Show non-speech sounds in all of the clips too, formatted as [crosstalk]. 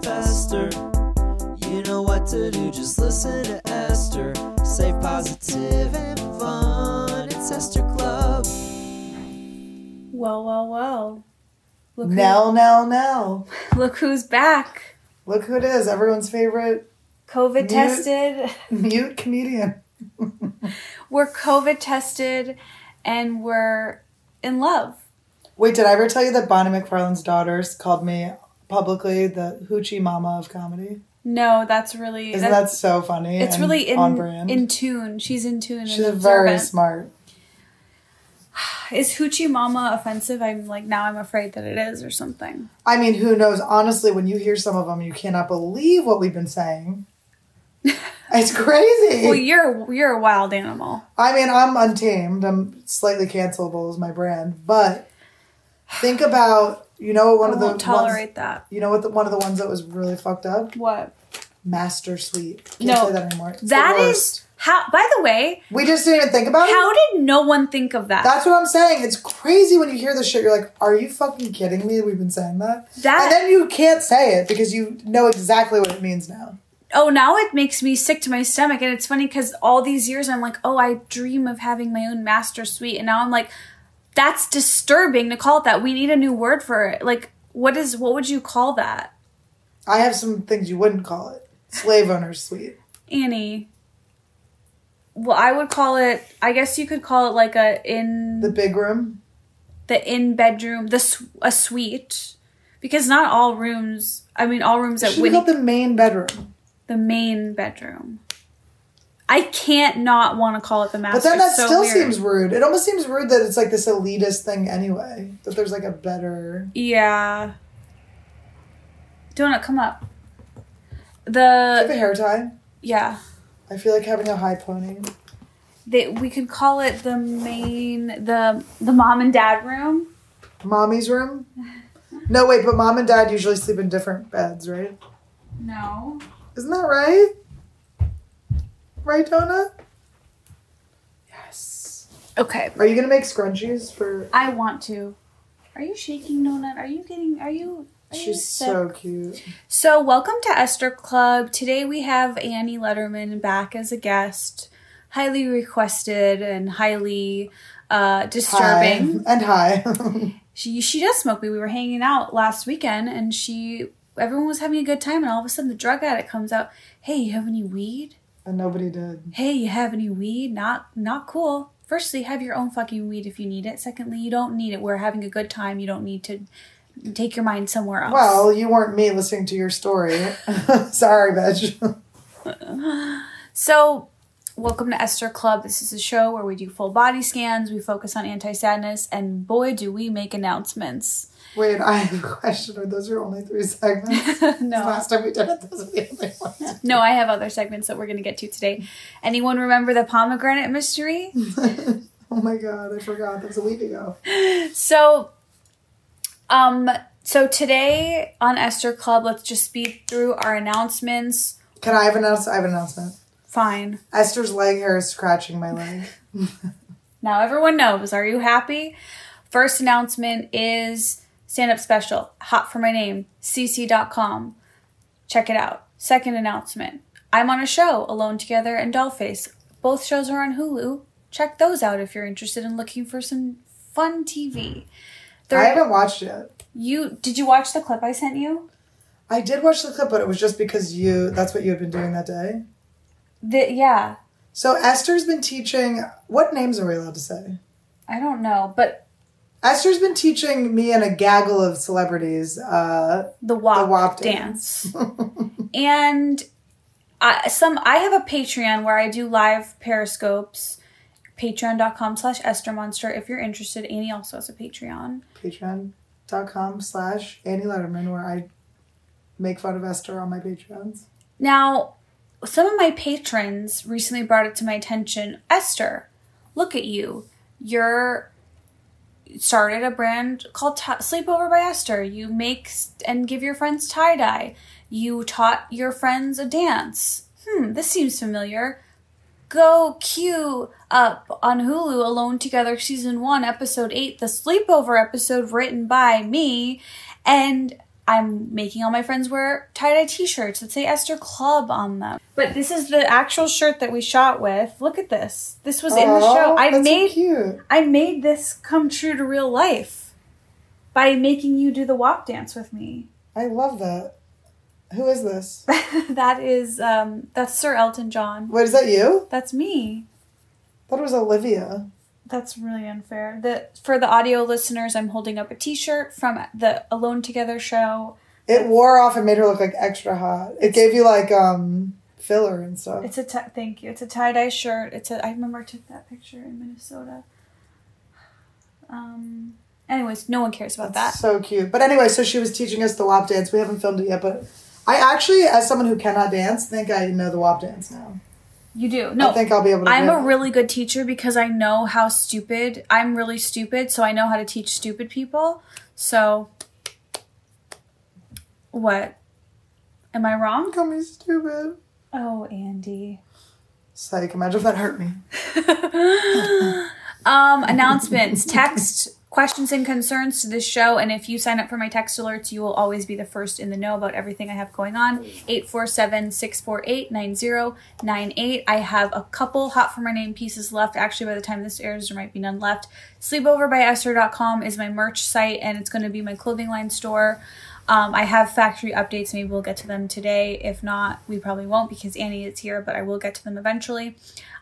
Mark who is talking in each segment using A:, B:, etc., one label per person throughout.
A: faster. You know what to do, just listen to Esther. Safe, positive, and fun. It's Esther Club.
B: Well, well, well. Look,
C: Nell, Nell, Nell.
B: who, look who's back.
C: Look who it is. Everyone's favorite [laughs]
B: COVID
C: Mute.
B: tested.
C: mute comedian.
B: We're COVID tested and we're in love.
C: Wait, did I ever tell you that Bonnie McFarlane's daughters called me publicly the hoochie mama of comedy?
B: No, that's really
C: Isn't that
B: that's,
C: so funny?
B: it's
C: and
B: really in
C: on brand.
B: in tune. She's in tune.
C: She's
B: and
C: very
B: observant.
C: smart.
B: Is hoochie mama offensive? I'm like now I'm afraid that it is or something.
C: I mean, who knows? Honestly, when you hear some of them, you cannot believe what we've
B: [laughs]
C: been saying. It's crazy.
B: Well, you're you're a wild animal.
C: I mean, I'm untamed. I'm slightly cancelable is my brand, but think about you know what one
B: I
C: of the
B: won't tolerate
C: ones,
B: that.
C: you know what the, one of the ones that was really fucked up
B: What?
C: Master Suite. Can't
B: No.
C: say that anymore. It's the
B: That
C: worst.
B: is how. By the way,
C: We just didn't even think about it.
B: how did no one think of that?
C: That's what I'm saying. It's crazy when you hear this shit. You're like, are you fucking kidding me? We've been saying that.
B: That-
C: And then you can't say it because you know exactly what it means now.
B: oh now it makes me sick to my stomach and it's funny because all these years i'm like oh i dream of having my own master suite and now i'm like that's disturbing to call it that we need a new word for it like what is what would you call that
C: I have some things you wouldn't call it. Slave owner suite.
B: annie well i would call it i guess you could call it like a in
C: The
B: the,
C: big room.
B: in bedroom the su- a suite because not all rooms i mean all rooms at
C: Should we call
B: Winnie,
C: it the main bedroom?
B: the main bedroom i can't not want to call it the master
C: But then that
B: It's so
C: still
B: weird.
C: seems rude. It almost seems rude that it's like this elitist thing anyway. That there's like a better.
B: Yeah. Donut, come up.
C: I have a
B: The
C: hair tie.
B: yeah,
C: I feel like having a high pony.
B: they, we could call it the main the the mom and dad room.
C: Mommy's room. No wait, but mom and dad usually sleep in different beds, right?
B: No.
C: Isn't that right? Right, Donna? Yes.
B: Okay.
C: Are you gonna make scrunchies for?
B: I want to. Are you shaking, Donut? Are you getting? Are you? Are you
C: She's
B: sick?
C: so cute.
B: So, welcome to Esther Club. Today we have Annie Letterman back as a guest, highly requested and highly uh, disturbing.
C: Hi. And [laughs] hi.
B: she she does smoke weed. We were hanging out last weekend, and she everyone was having a good time, and all of a sudden the drug addict comes out. Hey, you have any weed?
C: and nobody did.
B: Hey, you have any weed? Not not cool. Firstly, have your own fucking weed if you need it. Secondly, you don't need it. We're having a good time. You don't need to take your mind somewhere else.
C: Well, you weren't me listening to your story. [laughs] Sorry, bitch.
B: So, welcome to Esther Club. This is a show where we do full body scans. We focus on anti sadness, and boy, do we make announcements. [laughs]
C: Wait, I have a question. Are those your only three [laughs] segments?
B: no,
C: Last time we did it, those were the only ones.
B: No, I have other segments that we're going to get to today. Anyone remember the pomegranate mystery?
C: [laughs] Oh my god, I forgot. That was a week ago.
B: So, um, so today on Esther Club, let's just speed through our announcements.
C: Can I have an announcement? I have an announcement.
B: Fine.
C: Esther's leg hair is scratching
B: [laughs]
C: my leg.
B: Now everyone knows. Are you happy? First announcement is stand up special, hot for my name, cc.com. Check it out. Second announcement I'm on a show, Alone Together and Dollface. Both shows are on Hulu. Check those out if you're interested in looking for some fun TV.
C: I
B: Third,
C: haven't watched it.
B: you did you watch the clip I sent you?
C: I did watch the clip, but it was just because you, that's what you had been doing that day.
B: The, yeah,
C: So Esther's been teaching, what names are we allowed to say?
B: I don't know, but
C: Esther's been teaching me and a gaggle of celebrities. Uh, [laughs]
B: the WAP,
C: The WAP
B: dance. and I, some I have a Patreon where I do live periscopes. Patreon.com slash Esther Monster if you're interested. Annie also has a Patreon.
C: patreon.com slash Annie Letterman, where I make fun of Esther on my Patreons.
B: Now, some of my patrons recently brought it to my attention. Esther, look at you. You're started a brand called Ta Sleepover by Esther. You make s- and give your friends tie dye. You taught your friends a dance. Hmm, this seems familiar. Go queue up on Hulu Alone Together Season 1, Episode 8, the sleepover episode written by me. And I'm making all my friends wear tie dye t shirts that say Esther Club on them. But this is the actual shirt that we shot with. Look at this. This was in the show.
C: Aw,
B: I
C: that's so
B: made
C: cute.
B: I made this come true to real life by making you do the walk dance with me. [laughs]
C: I love that. Who is this?
B: that is um that's Sir Elton John.
C: Wait, is that you?
B: That's me.
C: I thought it was Olivia.
B: That's really unfair. The for the audio listeners, I'm holding up a t-shirt from the Alone Together show.
C: It wore off and made her look like extra hot. It gave you like um filler and stuff.
B: It's a t- thank you. It's a tie-dye shirt. It's a I remember I took that picture in Minnesota. Um anyways, no one cares about
C: That's
B: that.
C: so cute. But anyway, so she was teaching us the WAP dance. We haven't filmed it yet, but I actually, as someone who cannot dance, think I know the WAP dance now.
B: You do. No.
C: I think I'll be able to.
B: I'm
C: do
B: a
C: it.
B: really good teacher because I know how stupid I'm really stupid, so I know how to teach stupid people. So what? Am I wrong?
C: Call me stupid.
B: Oh, Andy.
C: Psych. Imagine if that hurt me.
B: [laughs] Um, announcements, [laughs] text questions and concerns to this show, and if you sign up for my text alerts, you will always be the first in the know about everything I have going on. 847-648-9098. I have a couple hot for my name pieces left. Actually, by the time this airs, there might be none left. Sleepoverbyester.com is my merch site, and it's going to be my clothing line store. Um, I have factory updates. Maybe we'll get to them today. If not, we probably won't because Annie is here, but I will get to them eventually.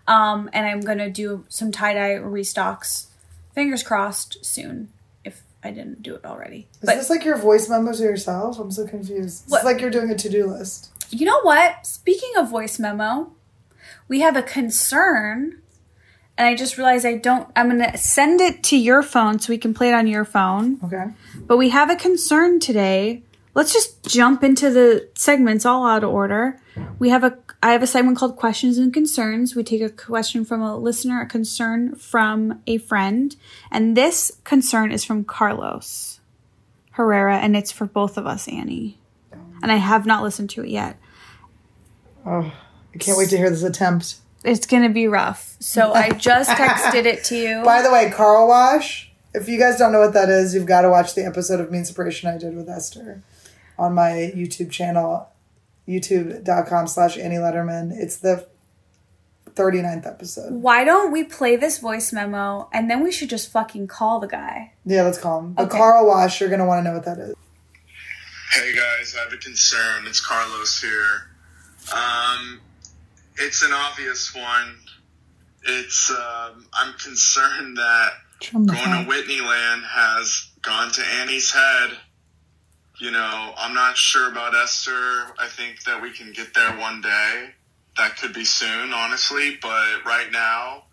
B: Um, and I'm going to do some tie dye restocks, fingers crossed, soon if I didn't do it already.
C: Is
B: but
C: this like your voice memo to yourself? I'm so confused.
B: What?
C: It's like you're doing a to do list.
B: you know what? Speaking of voice memo, we have a concern. And I just realized I don't, I'm going to send it to your phone so we can play it on your phone.
C: Okay.
B: But we have a concern today. Let's just jump into the segments all out of order. We have a I have a segment called Questions and Concerns. We take a question from a listener, a concern from a friend, and this concern is from Carlos Herrera and it's for both of us, Annie. And I have not listened to it yet.
C: I can't wait to hear this attempt.
B: It's going to be rough.
C: [laughs]
B: So I just texted it to you.
C: By the way, Carl Wash, if you guys don't know what that is, you've got to watch the episode of Mean Separation I did with Esther on my YouTube channel, youtube.com slash Annie Letterman. It's the 39th episode.
B: Why don't we play this voice memo and then we should just fucking call the guy?
C: Yeah, let's call him. But
B: Okay.
C: Carl Wash, you're going to want to know what that is.
D: Hey guys, I have a concern. It's Carlos here. Um, it's an obvious one. It's um, I'm concerned that
C: Trim the
D: going
C: fat.
D: to Whitneyland has gone to Annie's head. You know, I'm not sure about Esther. I think that we can get there one day. That could be soon, honestly. But right now,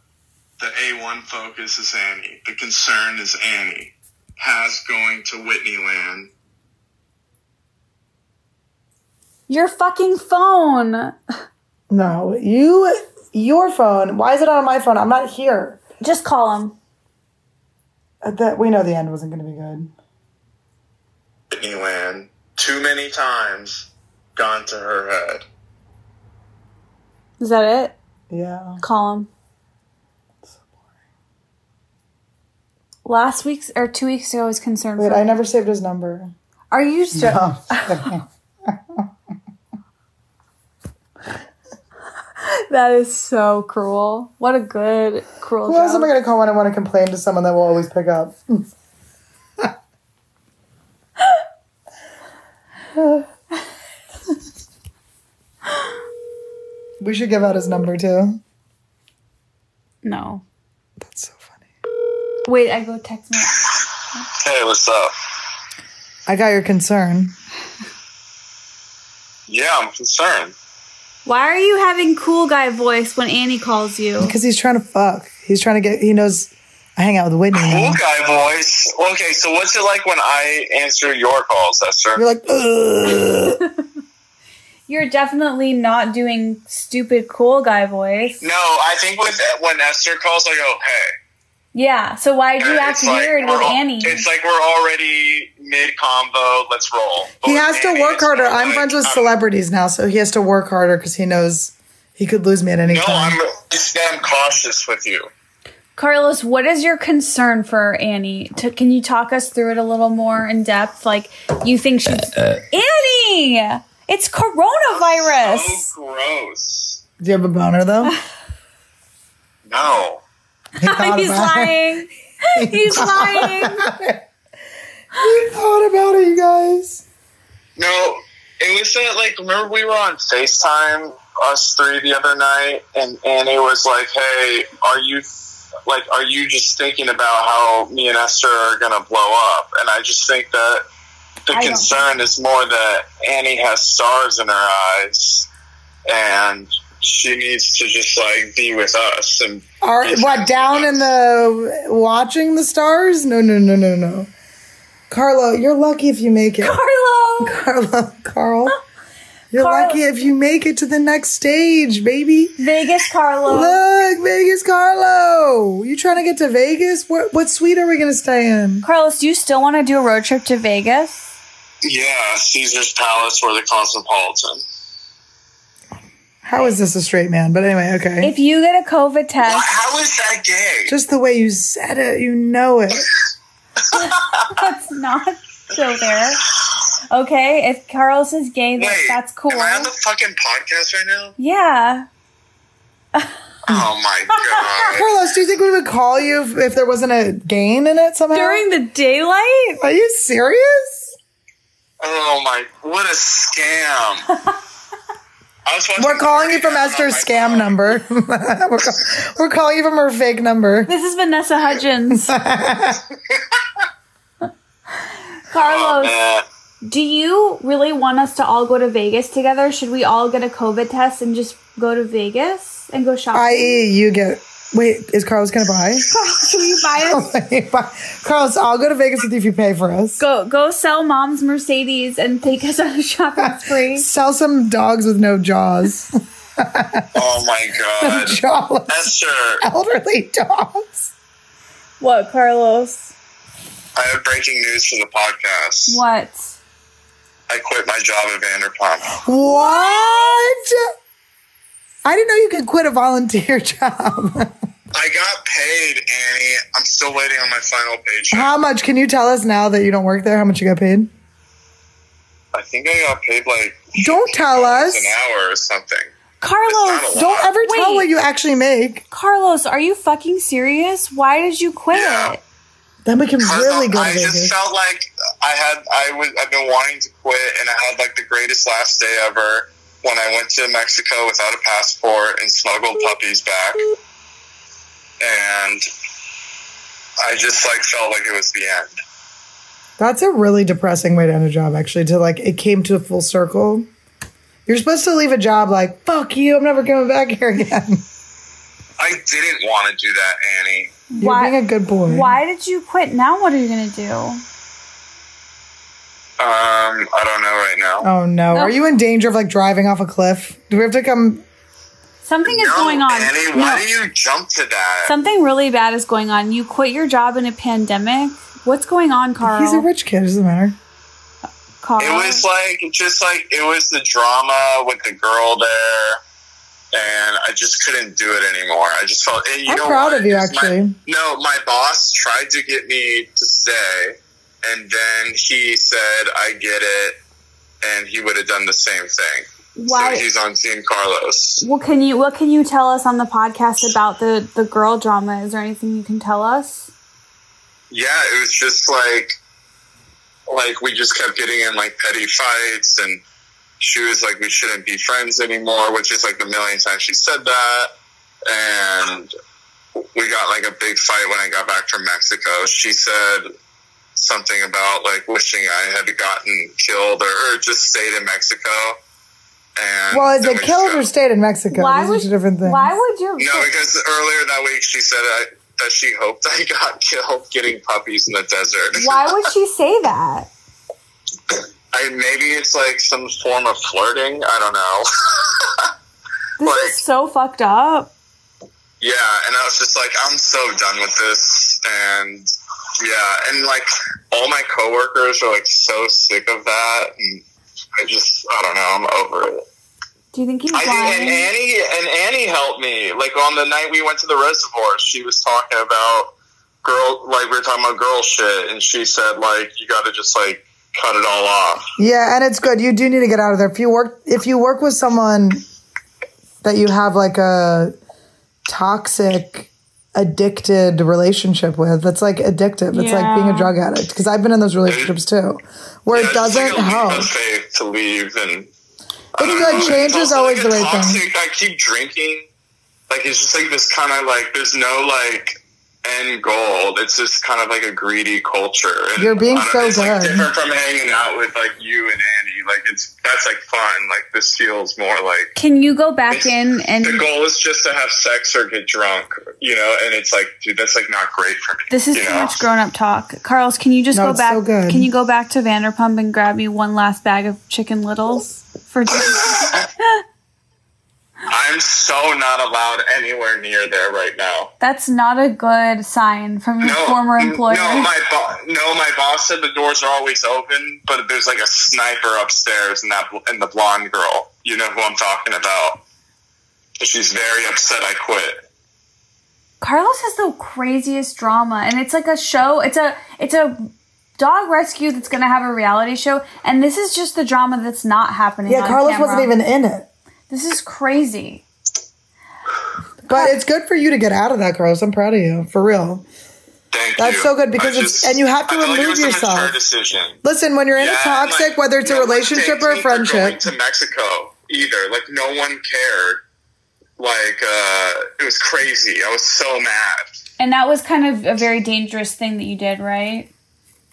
D: the A1 focus is Annie. The concern is Annie has going to Whitneyland.
B: Your fucking phone.
C: No, you, your phone. Why is it on my phone? I'm not here.
B: Just call him.
C: Uh, That We know the end wasn't going to be good.
D: Disneyland too many times gone to her
C: [laughs]
D: head.
B: Is that it?
C: Yeah.
B: Call him. Last week's or two weeks ago was concerned.
C: Wait,
B: for-
C: I never saved his number.
B: Are you still? [laughs]
C: [laughs]
B: That is so cruel. What a good cruel
C: Who else am I
B: joke.
C: going to call when I want to complain to someone that will always pick up? Hmm. we should give out his number too.
B: No.
C: That's so funny.
B: Wait, I go text me.
D: Hey, what's up?
C: I got your concern.
D: Yeah, I'm concerned.
B: Why are you having cool guy voice when Annie calls you?
C: Because he's trying to fuck. He's trying to get, he knows I hang out with Whitney.
E: Cool
C: now.
E: guy voice. Okay, so what's it like when I answer your calls, Esther?
C: You're like, Ugh.
B: You're definitely not doing stupid cool guy voice.
E: No, I think with when Esther calls, I go, "Hey."
B: Yeah. So why'd you act
E: It's like
B: weird
E: we're
B: with
E: al-
B: Annie?
E: It's like we're already mid combo. Let's roll. But
C: he
E: with
C: has to
E: Annie,
C: work
E: it's
C: harder.
E: more
C: I'm
E: like,
C: friends with
E: I'm-
C: celebrities now, so he has to work harder because he knows he could lose me at any
E: No,
C: time.
E: I'm. It's that I'm cautious with you.
B: Carlos, what is your concern for Annie? To, can you talk us through it a little more in depth? Like, you think she's. Annie! It's coronavirus!
E: So Oh, gross.
C: Do you have a boner [laughs] though?
E: No.
C: He
E: Oh,
B: [laughs]
C: thought
B: He's
C: about it.
B: lying. He's lying.
C: He thought about it, you guys.
E: No, it was that like remember we were on FaceTime us three the other night, and Annie was like, "Hey, are you like are you just thinking about how me and Esther are gonna blow up?" And I just think that the
B: I don't-
E: concern is more that Annie has stars in her eyes, and she needs to just like be with us and
C: Are what down in the watching the stars? No, no, no, no, no. Carlo, you're lucky if you make it.
B: Carlo!
C: Carlo,
B: [laughs]
C: Carl, you're
B: Carl-
C: lucky if you make it to the next stage, baby.
B: Vegas Carlo.
C: Look, Vegas, Carlo. You trying to get to Vegas? What what suite are we gonna stay in?
B: Carlos, do you still want to do a road trip to Vegas?
E: yeah, Caesar's Palace or the Cosmopolitan.
C: How is this a straight man? But anyway, okay.
B: If you get a COVID
E: Why-
B: test,
E: How is that gay?
C: Just the way you said it, you know it.
B: that's not so there. Okay, if Carlos is gay, that, that's cool.
E: Am I on the fucking podcast right now?
B: Yeah.
E: Oh my god.
C: Carlos, do you think we would call you if, if there wasn't a gain in it somehow?
B: During the daylight?
C: Are you serious?
E: Oh my what a scam. I was watching
C: We're calling you from
E: Party
C: Esther's
E: on Oh my
C: scam
E: phone.
C: number. [laughs] we're, call- we're calling you from her fake number.
B: This is Vanessa
E: [laughs]
B: Hudgens.
E: Oh,
B: Carlos,
E: man.
B: do you really want us to all go to Vegas together? Should we all get a COVID test and just go to Vegas and go shopping? [laughs]
C: I.e., E, you get. Wait, is Carlos gonna buy? [laughs]
B: Carlos, will you buy us?
C: Carlos, I'll go to Vegas with you if you pay for us.
B: Go go sell mom's Mercedes and take us on a [laughs] shopping spree.
C: Sell some dogs with no jaws. [laughs]
E: Oh my god.
C: Jawless
E: Esther,
C: elderly dogs.
B: What, Carlos?
E: I have breaking news for the podcast.
B: What?
E: I quit my job at Vanderpump.
C: What? I didn't know you could quit a volunteer [laughs] job.
E: I got paid, Annie. I'm still waiting on my final paycheck.
C: How much? Can you tell us now that you don't work there? How much you got paid?
E: I think I got paid like
C: Don't tell us.
E: an hour or something.
B: Carlos,
E: It's not a lot.
C: Don't ever tell
B: Wait.
C: what you actually make.
B: Carlos, are you fucking serious? Why did you quit?
E: Yeah.
C: Then we can
E: I don't
C: really
E: know,
C: go to
E: I
C: Vegas.
E: just felt like I had I was I've been wanting to quit, and I had like the greatest last day ever when I went to Mexico without a passport and smuggled puppies back, and I just like felt like it was the end.
C: That's a really depressing way to end a job, actually, to like, it came to a full circle. You're supposed to leave a job like, fuck you, I'm never coming back here again. [laughs]
E: I didn't want to do that, Annie.
C: You're
B: Why-
C: being a good boy.
B: Why did you quit? Now what are you gonna do?
E: Um, I don't know right now.
C: Oh no. Are you in danger of like driving off a cliff? Do we have to come?
B: Something is
E: no,
B: going on.
E: Annie.
B: No.
E: Why do you jump to that?
B: Something really bad is going on. You quit your job in a pandemic. What's going on, Carl?
C: He's a rich kid, doesn't matter.
B: Carl?
E: It was
C: Um,
E: like just like it was the drama with the girl there, and I just couldn't do it anymore. I just felt. And you
C: I'm
E: know
C: proud
E: what?
C: of you,
E: It's my-
C: actually.
E: no, my boss tried to get me to stay, and then he said, "I get it," and he would have done the same thing. So
B: Why?
E: he's on Team Carlos.
B: What can you What can you tell us on the podcast about the the girl drama? Is there anything you can tell us?
E: yeah, it was just like, like we just kept getting in like petty fights, and she was like, "We shouldn't be friends anymore," which is like the million times she said that. And we got like a big fight when I got back from Mexico. She said something about like wishing I had gotten killed or, or just stayed in Mexico. And
C: Well, is
E: then
C: it
E: we
C: killed
E: just
C: or
E: got-
C: stayed in Mexico?
B: why
C: These are
B: would
C: two different things.
B: Why would you?
E: no, because earlier that week she said I, that she hoped I got [laughs] killed getting puppies in the desert.
B: [laughs] Why would she say that?
E: I maybe it's like some form of flirting. I don't know. [laughs]
B: This
E: Like-
B: is so fucked up.
E: yeah, and I was just like, I'm so done with this, and yeah, and like all my coworkers are like so sick of that, and I just I don't know, I'm over it.
B: Do you think he's
E: I think, and
B: lying?
E: Annie and Annie helped me. Like on the night we went to the reservoir, she was talking about girl, like we were talking about girl shit, and she said like you got to just like cut it all off.
C: Yeah, and it's good. You do need to get out of there. If you work if you work with someone that you have like a toxic addicted relationship with, that's like addictive. It's like being a
B: Yeah.
C: drug addict because I've been in those relationships too where it
E: Yeah, just, like,
C: doesn't
E: a leap
C: help.
E: of faith to leave and.
C: I think like change is always the right thing.
E: thing. I keep drinking. Like it's just like this kind of like there's no like end goal. It's just kind of like a greedy culture. And
C: You're being
E: I don't-
C: so
E: it's, like,
C: good.
E: different from hanging out with like you and Andy. Like it's that's like fun. Like this feels more like
B: Can you go back in and
E: the goal is just to have sex or get drunk. You know, and it's like dude, that's like not great for me.
B: this is
E: you
B: too
E: know?
B: much grown up talk. Carls, can you just
C: No,
B: go
C: it's
B: back
C: so good.
B: can you go back to Vanderpump and grab me one last bag of chicken littles for
E: [laughs] I'm so not allowed anywhere near there right now.
B: That's not a good sign from your former
E: n-
B: employer.
E: No, my bo- no, my boss said the doors are always open, but there's like a sniper upstairs, and that and the blonde girl, you know who I'm talking about. She's very upset I quit.
B: Carlos has the craziest drama, and it's like a show. It's a it's a dog rescue that's going to have a reality show, and this is just the drama that's not happening.
C: Yeah,
B: on
C: Carlos
B: camera.
C: wasn't even in it.
B: This is crazy.
C: But it's good for you to get out of that, Carlos. I'm proud of you. For real.
E: Thank
C: That's
E: you.
C: so good because
E: I
C: it's- and you have to
E: I feel like it
C: remove
E: was a mature
C: yourself.
E: decision.
C: Listen, when you're in
E: Yeah,
C: a
E: and,
C: toxic,
E: like,
C: whether it's a
E: no one
C: relationship
E: thanked
C: or a
E: me for Going
C: friendship,
E: to Mexico either, like no one cared. Like uh, it was crazy. I was so mad.
B: And that was kind of a very dangerous thing that you did, right?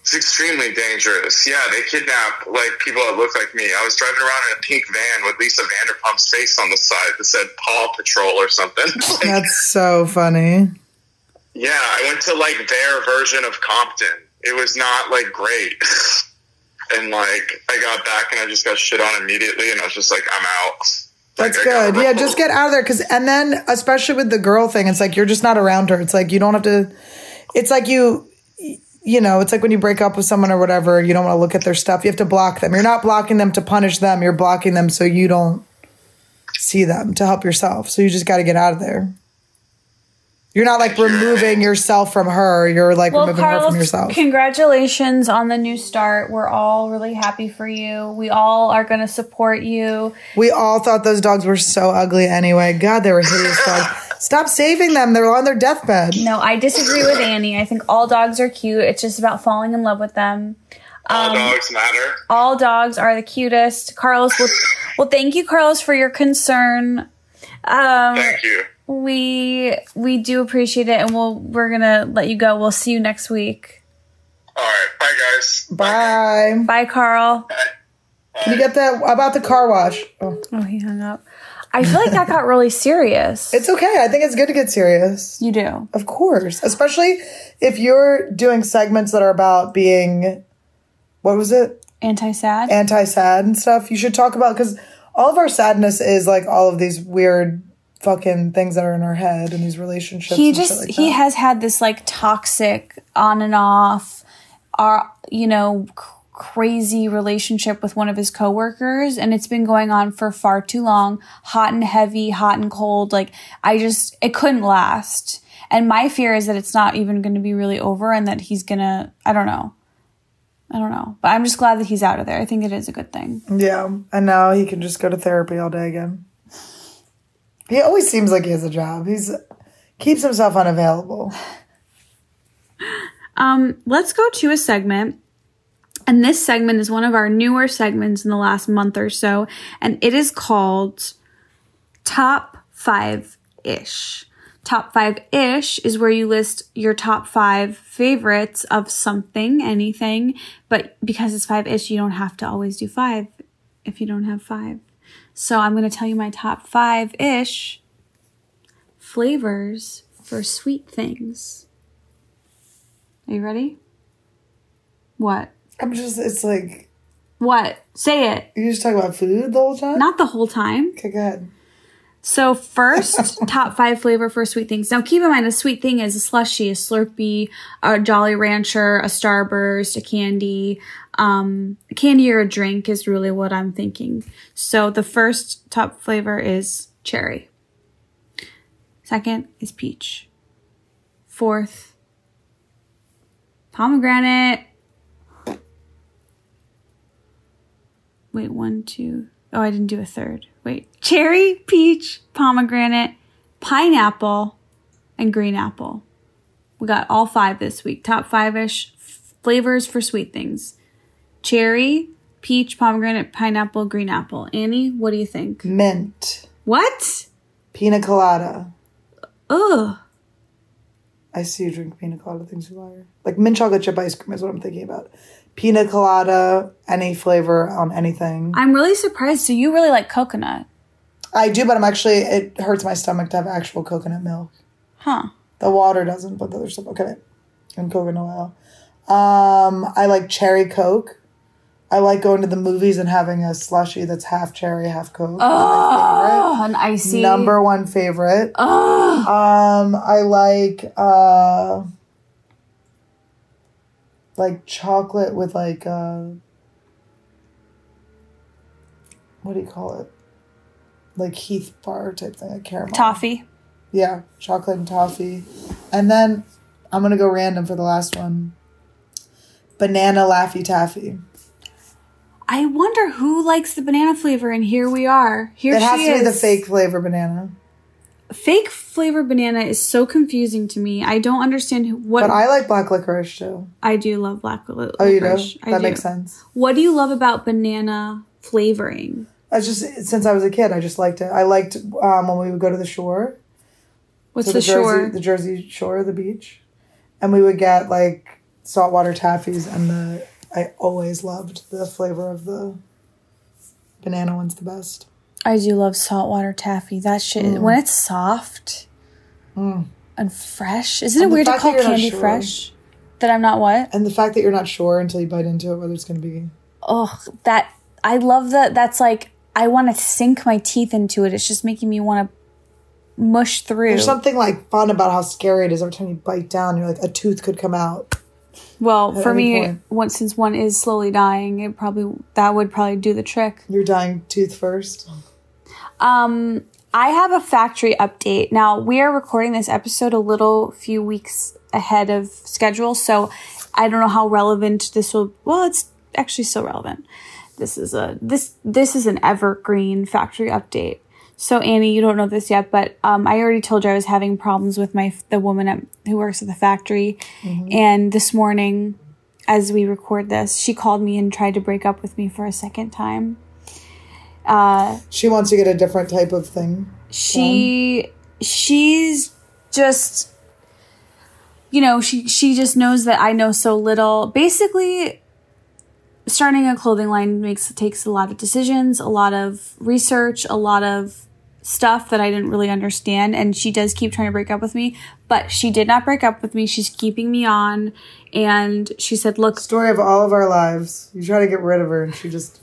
E: It's extremely dangerous. Yeah, they kidnap like people that look like me. I was driving around in a pink van with Lisa Vanderpump's face on the side that said Paw Patrol or something. [laughs] Like,
C: that's so funny.
E: yeah, I went to like their version of Compton. It was not like great. [laughs] And like I got back and I just got shit on immediately and I was just like, I'm out. Like,
C: That's
E: I gotta
C: good. Yeah,
E: roll.
C: just get out of there because, and then especially with the girl thing, it's like you're just not around her. It's like you don't have to. It's like you, you know, it's like when you break up with someone or whatever, you don't want to look at their stuff. You have to block them. You're not blocking them to punish them. You're blocking them so you don't see them to help yourself. So you just got to get out of there. You're not like removing yourself from her. You're like
B: Well,
C: removing her from
B: Carlos,
C: yourself.
B: congratulations on the new start. We're all really happy for you. We all are going to support you.
C: We all thought those dogs were so ugly anyway. God, they were hideous
B: [laughs]
C: dogs. Stop saving them. They're on their deathbed.
B: No, I disagree with Annie. I think all dogs are cute. It's just about falling in love with them.
E: all dogs matter.
B: all dogs are the cutest. Carlos, well, well thank you, Carlos, for your concern. Um,
E: Thank you.
B: we we do appreciate it, and we'll we're gonna let you go. We'll see you next week.
E: All right. Bye guys.
C: Bye.
B: Bye, Carl.
C: You get that about the car wash. Oh.
B: Oh, he hung up. I feel like that got really serious.
C: It's okay. I think it's good to get serious.
B: you do.
C: Of course. Especially if you're doing segments that are about being, what was it?
B: Anti sad.
C: Anti sad and stuff. You should talk about, because all of our sadness is like all of these weird fucking things that are in our head and these relationships.
B: he
C: and shit
B: just
C: like
B: he
C: that.
B: has had this like toxic on and off are you know c- crazy relationship with one of his coworkers and it's been going on for far too long hot and heavy hot and cold like i just it couldn't last and my fear is that it's not even going to be really over and that he's going to i don't know i don't know but i'm just glad that he's out of there i think it is a good thing
C: Yeah. And now he can just go to therapy all day again. He always seems like he has a job. He's keeps himself unavailable.
B: Um, let's go to a segment. And this segment is one of our newer segments in the last month or so. And it is called Top Five Ish. Top Five Ish is where you list your top five favorites of something, anything. But because it's five ish, you don't have to always do five if you don't have five. So I'm going to tell you my top five ish flavors for sweet things. Are you ready? What?
C: I'm just, it's like,
B: What? Say it.
C: you just talk about food the whole time?
B: Not the whole time.
C: Okay, go ahead.
B: So first, top five flavor for sweet things. Now keep in mind, a sweet thing is a slushy, a Slurpee, a Jolly Rancher, a Starburst, a candy. Um, a candy or a drink is really what I'm thinking. So the first top flavor is cherry. Second is peach. Fourth, pomegranate. Wait, one, two. Oh, I didn't do a third. Wait, cherry, peach, pomegranate, pineapple, and green apple. We got all five this week. Top five ish flavors for sweet things cherry, peach, pomegranate, pineapple, green apple. Annie, what do you think?
C: Mm. Mint.
B: What?
C: Pina colada.
B: Ugh.
C: I see you drink pina colada things you liar. Like mint chocolate chip ice cream is what I'm thinking about. Pina colada, any flavor on anything.
B: I'm really surprised. So you really like coconut,
C: I do, but I'm actually it hurts my stomach to have actual coconut milk.
B: huh?
C: The water doesn't, but the other stuff okay. And coconut oil. Um, I like cherry coke. I like going to the movies and having a slushy that's half cherry, half coke.
B: Oh, an icy
C: Number one favorite.
B: Ugh.
C: Um, I like uh, like chocolate with like uh, what do you call it? Like Heath bar type thing, like caramel.
B: toffee.
C: Yeah, chocolate and toffee, and then I'm gonna go random for the last one. Banana laffy taffy.
B: I wonder who likes the banana flavor, and here we are. Here
C: it has
B: she
C: to
B: is.
C: be the fake flavor banana,
B: Fake flavor banana is so confusing to me. I don't understand who- what
C: but I like black licorice too.
B: I do love black li- licorice.
C: Oh, you do?
B: I
C: That
B: do.
C: makes sense.
B: What do you love about banana flavoring?
C: I just since I was a kid, I just liked it. I liked um, when we would go to the shore,
B: What's
C: to
B: the,
C: Jersey,
B: shore?
C: the Jersey Shore, the beach, and we would get like saltwater taffies, and the I always loved the flavor of the banana one's the best.
B: I do love saltwater taffy. That shit
C: Mm.
B: when it's soft and fresh. Isn't it
C: And the
B: weird to
C: fact
B: call
C: that you're not
B: candy
C: sure.
B: fresh? That I'm not what?
C: And the fact that you're not sure until you bite into it whether it's going to be
B: Oh, that I love that. That's like I want to sink my teeth into it. It's just making me want to mush through.
C: there's something like fun about how scary it is every time you bite down. You're like a tooth could come out.
B: well, for
C: any
B: me,
C: point.
B: once since one is slowly dying, it probably that would probably do the trick.
C: You're dying tooth first.
B: Um, I have a factory update. Now, we are recording this episode a little few weeks ahead of schedule, so I don't know how relevant this will well, it's actually still relevant. This is a this this is an evergreen factory update. So Annie, you don't know this yet, but um, I already told you I was having problems with my the woman at, who works at the factory, and this morning, as we record this, she called me and tried to break up with me for a second time. Uh,
C: She wants to get a different type of thing.
B: she she's just you know she she just knows that i know so little basically starting a clothing line makes takes a lot of decisions a lot of research a lot of stuff that i didn't really understand and she does keep trying to break up with me but she did not break up with me she's keeping me on and she said look
C: Story of all of our lives. You try to get rid of her, and she just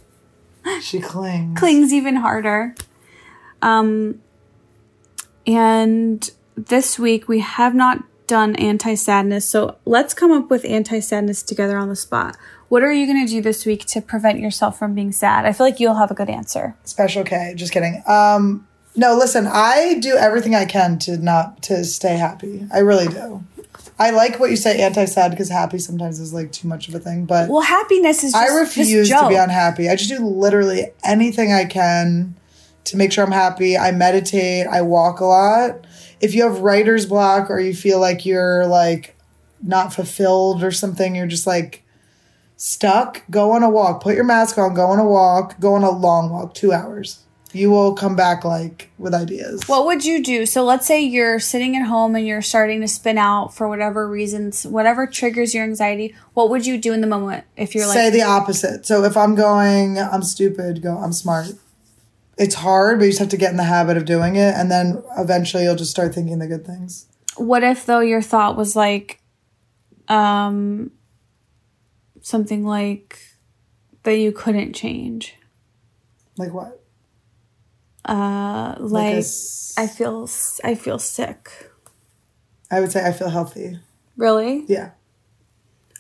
C: she clings.
B: clings even harder. Um, and this week we have not done anti sadness, so let's come up with anti sadness together on the spot. What are you going to do this week to prevent yourself from being sad? I feel like you'll have a good answer.
C: Special K. Just kidding. Um, no, listen. I do everything I can to not to stay happy. I really do. I like what you say, anti-sad, because happy sometimes is like too much of a thing. But
B: Well, happiness is just
C: I refuse
B: this joke.
C: to be unhappy. I just do literally anything I can to make sure I'm happy. I meditate. I walk a lot. If you have writer's block or you feel like you're like not fulfilled or something, you're just like stuck. Go on a walk. Put your mask on. Go on a walk. Go on a long walk. Two hours. You will come back like with ideas.
B: What would you do? So let's say you're sitting at home and you're starting to spin out for whatever reasons, whatever triggers your anxiety. What would you do in the moment if you're like
C: say the opposite. So if I'm going, I'm stupid, go, I'm smart. It's hard, but you just have to get in the habit of doing it. And then eventually you'll just start thinking the good things.
B: what if though your thought was like um something like that you couldn't change
C: Like what?
B: Uh,
C: Like a
B: like
C: s-
B: I feel s- I feel sick.
C: I would say I feel healthy.
B: Really?
C: Yeah,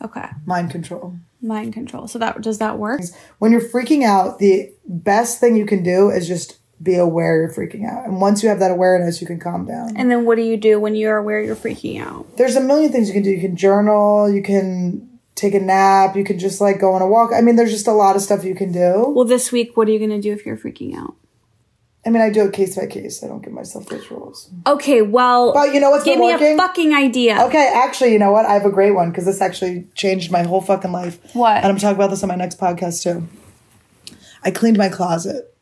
B: Okay.
C: mind control.
B: Mind control. So that does that work?
C: When you're freaking out, the best thing you can do is just be aware you're freaking out. And once you have that awareness, you can calm down.
B: And then what do you do when you're aware you're freaking out?
C: there's a million things you can do. You can journal, you can take a nap, you can just like go on a walk. I mean, there's just a lot of stuff you can do.
B: Well, this week, what are you going to do if you're freaking out?
C: I mean, I do it case by case. I don't give myself those rules.
B: Okay, well,
C: But you know what's
B: give
C: been
B: me a
C: working?
B: fucking idea.
C: Okay, actually, you know what? I have a great one because this actually changed my whole fucking life.
B: What?
C: And I'm talking about this on my next podcast too. I cleaned my closet.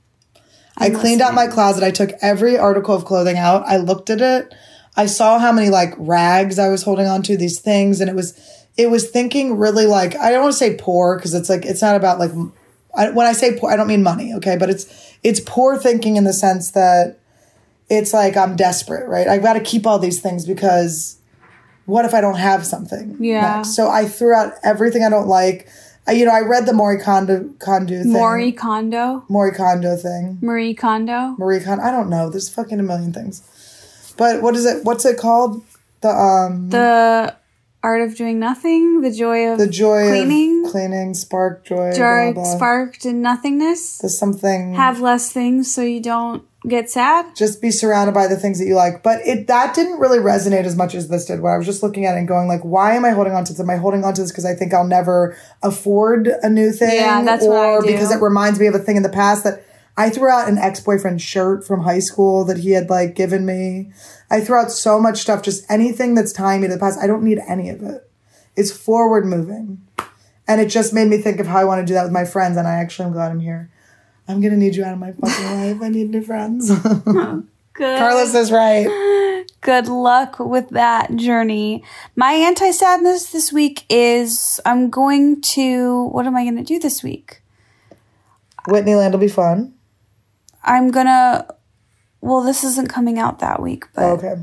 C: i cleaned out my closet. I took every article of clothing out. I looked at it. I saw how many like rags I was holding onto these things, and it was, it was thinking really like I don't want to say poor because it's like it's not about like, m- I, when I say poor, I don't mean money, okay? But it's it's poor thinking in the sense that it's like I'm desperate, right? I've got to keep all these things because what if I don't have something?
B: Yeah.
C: next? So I threw out everything I don't like. I, you know, I read the Maury Kondo, Kondo thing.
B: Maury Kondo?
C: Maury Kondo thing.
B: Marie Kondo?
C: Marie Kondo. I don't know. There's fucking a million things. But what is it? What's it called? The um
B: The Art of Doing Nothing? The Joy of
C: the joy
B: Cleaning?
C: of cleaning spark joy.
B: Joy
C: blah, blah.
B: Sparked in Nothingness?
C: There's something.
B: Have less things so you don't get sad?
C: just be surrounded by the things that you like. But it that didn't really resonate as much as this did. Where I was just looking at it and going like, why am I holding on to this? Am I holding on to this because I think I'll never afford a new thing?
B: Yeah, that's
C: or
B: what I do.
C: because it reminds me of a thing in the past that I threw out an ex boyfriend's shirt from high school that he had like given me. I threw out so much stuff, just anything that's tying me to the past. I don't need any of it. It's forward moving. And it just made me think of how I want to do that with my friends. And I actually am glad I'm here. I'm going to need you out of my fucking life. I need new friends. [laughs]
B: Good.
C: Carlos is right.
B: Good luck with that journey. My anti sadness this week is I'm going to. What am I going to do this week?
C: Whitney Land will be fun.
B: I'm going to. Well, this isn't coming out that week, but
C: Okay.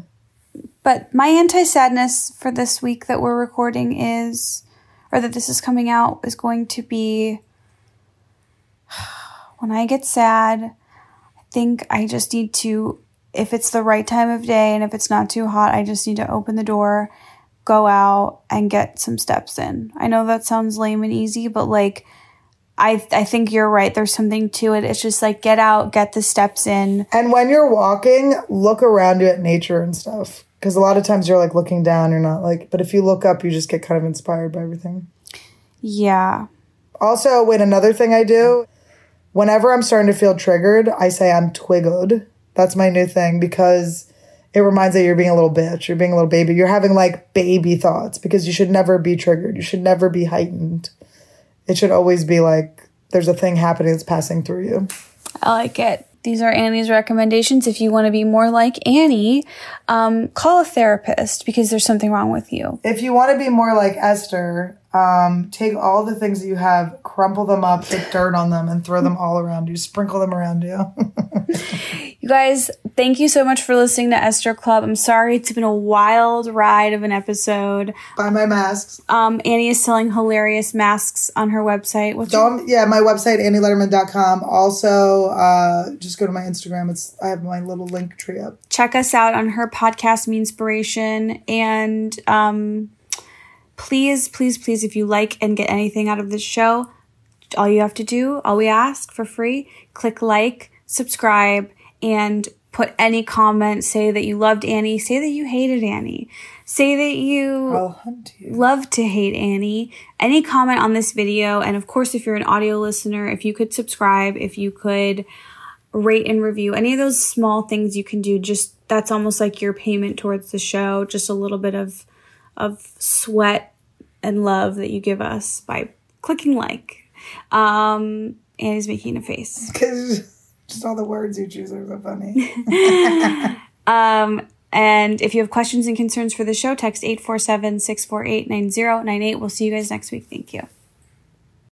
B: but my anti sadness for this week that we're recording is, or that this is coming out, is going to be [sighs] when I get sad, I think I just need to, if it's the right time of day and if it's not too hot, I just need to open the door, go out, and get some steps in. I know that sounds lame and easy, but like, I, I think you're right. There's something to it. It's just like get out, get the steps in.
C: And when you're walking, look around you at nature and stuff. Because a lot of times you're like looking down, you're not like, but if you look up, you just get kind of inspired by everything.
B: Yeah.
C: Also, wait, another thing I do whenever I'm starting to feel triggered, I say I'm twiggled. That's my new thing because it reminds that you're being a little bitch, you're being a little baby, you're having like baby thoughts because you should never be triggered, you should never be heightened. It should always be like there's a thing happening that's passing through you.
B: I like it. These are Annie's recommendations. If you want to be more like Annie, um, call a therapist because there's something wrong with you.
C: if you want to be more like Esther, um, take all the things that you have, crumple them up, put dirt on them, and throw them all around you. Sprinkle them around you. [laughs]
B: You guys, thank you so much for listening to Esther Club. I'm sorry it's been a wild ride of an episode.
C: Buy my masks.
B: Um, Annie is selling hilarious masks on her website. What's her-
C: Don't, Um, yeah, my website, annieletterman.com. Also, uh, just go to my Instagram. It's I have my little link tree up.
B: check us out on her podcast, Me Inspiration, and um, please, please, please, if you like and get anything out of this show, all you have to do, all we ask for free, click like, subscribe, and put any comment. Say that you loved Annie. Say that you hated Annie. Say that you
C: I'll [laughs] hunt you.
B: love to hate Annie. Any comment on this video, and of course, if you're an audio listener, if you could subscribe, if you could rate and review, any of those small things you can do, just that's almost like your payment towards the show, just a little bit of of sweat and love that you give us by clicking like. Um, Annie's making a face.
C: Because [laughs] just all the words you choose are so funny. [laughs]
B: Um, and if you have questions and concerns for the show, text 847 648 9098. We'll see you guys next week. Thank you.